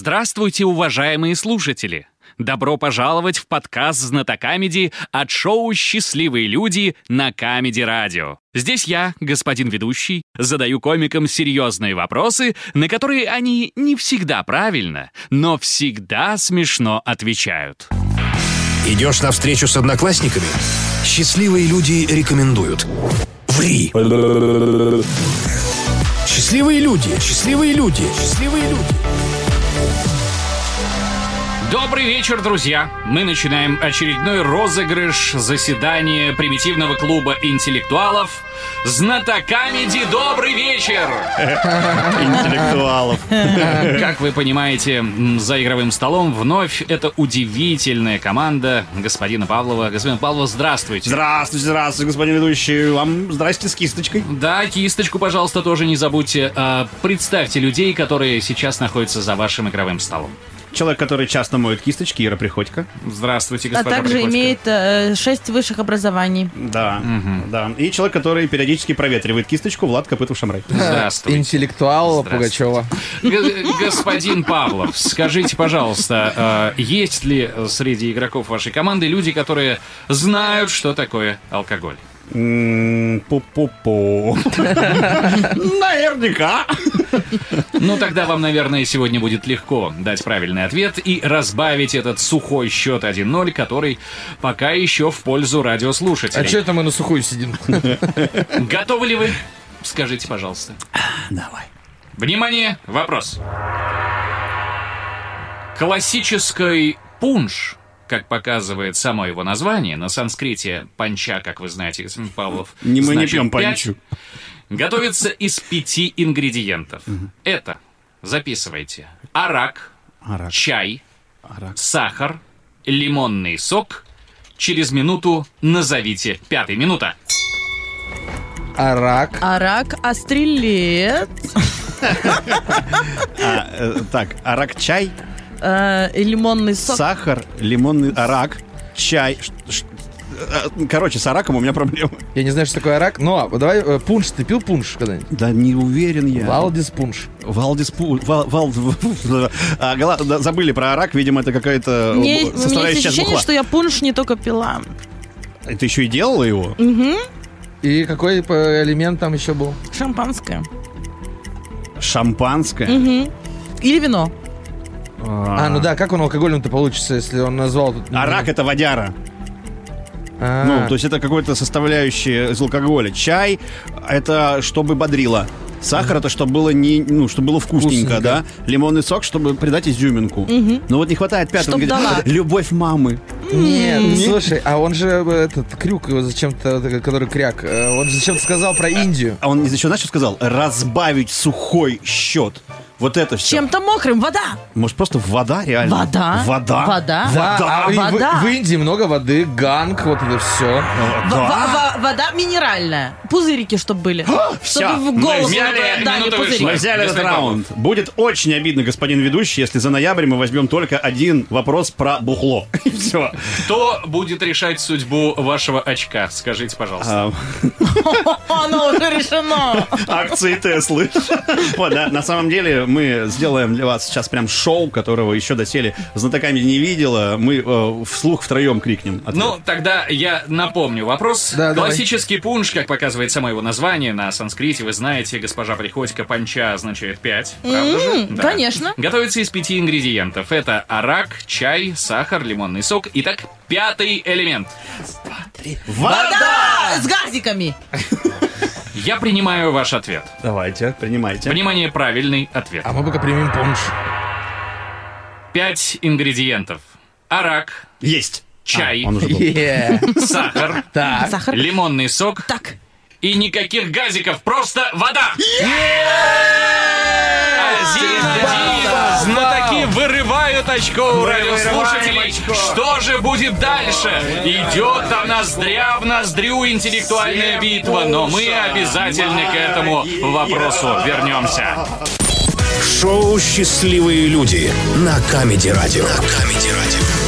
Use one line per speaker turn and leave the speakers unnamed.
Здравствуйте, уважаемые слушатели! Добро пожаловать в подкаст «Знатокамеди» от шоу «Счастливые люди» на Камеди Радио. Здесь я, господин ведущий, задаю комикам серьезные вопросы, на которые они не всегда правильно, но всегда смешно отвечают.
Идешь на встречу с одноклассниками? Счастливые люди рекомендуют. Ври. Счастливые люди, счастливые люди, счастливые люди.
Добрый вечер, друзья! Мы начинаем очередной розыгрыш заседания примитивного клуба интеллектуалов «Знатокамеди. Добрый вечер!»
интеллектуалов.
Как вы понимаете, м, за игровым столом вновь это удивительная команда господина Павлова. Господин Павлов, здравствуйте.
Здравствуйте, здравствуйте, господин ведущий. Вам здрасте с кисточкой.
Да, кисточку, пожалуйста, тоже не забудьте. А, Представьте людей, которые сейчас находятся за вашим игровым столом.
Человек, который часто моет кисточки, Ира Приходько.
Здравствуйте,
А
господин
также имеет э, шесть высших образований.
Да, да. И человек, который периодически проветривает кисточку, Влад Копытов Шамрай.
Здравствуйте.
Интеллектуала Пугачева. А
Г- Господин Павлов, скажите, пожалуйста, э, есть ли э, среди игроков вашей команды люди, которые знают, что такое алкоголь?
М, Пу-пу-пу. Наверняка.
Ну, тогда вам, наверное, сегодня будет легко дать правильный ответ и разбавить этот сухой счет 1-0, который пока еще в пользу радиослушателей.
А что это мы на сухую сидим?
Готовы ли вы? Скажите, пожалуйста.
А, Давай.
Внимание, вопрос. Классический пунш, как показывает само его название, на санскрите панча, как вы знаете, господин Павлов.
Не мы не
значит
пьем
пять,
панчу.
Готовится из пяти ингредиентов. Это, записывайте, арак,
Арак.
чай,
Арак.
сахар, лимонный сок. Через минуту назовите. Пятая минута.
Арак.
Арак, астрелет,
А, э, Так, арак-чай,
э, и лимонный сок.
сахар, лимонный арак, чай. Ш- ш- э, Короче, с араком у меня проблемы.
Я не знаю, что такое арак. Но а, давай э, пунш. Ты пил пунш когда-нибудь?
Да не уверен я.
Валдис пунш.
Валдис Пу... Вал... Вал... А, гала- да, Забыли про арак, видимо, это какая-то э,
Мне, у меня
составляющая
есть
сейчас
ощущение,
бухла.
что я пунш не только пила.
Ты еще и делала его?
И какой э, элемент там еще был?
Шампанское.
Шампанское?
Или вино.
А, ну да, как он алкогольным-то получится, если он назвал тут...
Арак это водяра.
А,
Ну, то есть это какой-то составляющая из алкоголя. Чай это чтобы бодрило. Сахар это чтобы было не, ну, чтобы было вкусненько,
Вкусненько.
да? Лимонный сок, чтобы придать изюминку. Но вот не хватает пятого.
Чтоб
ингредиента.
дала.
Любовь мамы.
Нет, слушай, а он же э, этот крюк э, зачем-то, э, который кряк, э, он же зачем-то сказал про Индию.
А он еще, знаешь, что сказал? Разбавить сухой счет. Вот это все.
Чем-то мокрым. Вода.
Может, просто вода реально?
Вода.
Вода.
Вода.
Да, а в-
Вода.
В, в Индии много воды, ганг, вот это все.
В- в- в- Вода минеральная. Пузырики, чтобы были.
А, всё,
Чтобы в
мы
голову
взяли,
не дали
минута
пузырики.
Мы
вышла.
взяли этот
Господин
раунд. Будет очень обидно, господин ведущий, если за ноябрь мы возьмем только один вопрос про бухло. И все.
Кто будет решать судьбу вашего очка? Скажите, пожалуйста.
А,
А,
Оно уже решено.
Акции Теслы. Вот, да, на самом деле мы сделаем для вас сейчас прям шоу, которого еще доселе знатоками не видела. Мы э, вслух втроем крикнем. ответ.
Ну, тогда я напомню вопрос.
Да, давай.
Классический пунш, как показывает само его название на санскрите, вы знаете, госпожа Приходько панча означает 5, правда же?
М, Конечно.
Готовится из пяти ингредиентов. Это арак, чай, сахар, лимонный сок. Итак, пятый элемент.
Вода! С газиками.
Я принимаю ваш ответ.
Давайте, принимайте.
Внимание, правильный ответ.
А мы пока примем помощь.
Пять ингредиентов. Арак,
Есть.
чай,
А, он уже был.
Е,
сахар,
Так.
Сахар.
лимонный сок
Так.
и никаких газиков, просто вода. Один-один. Знатоки вырывают очко у радиослушателей. Что же будет дальше? Идет там ноздря в ноздрю интеллектуальная битва, но мы обязательно к этому вопросу вернемся.
Шоу «Счастливые люди» на Камеди Радио. На Камеди Радио.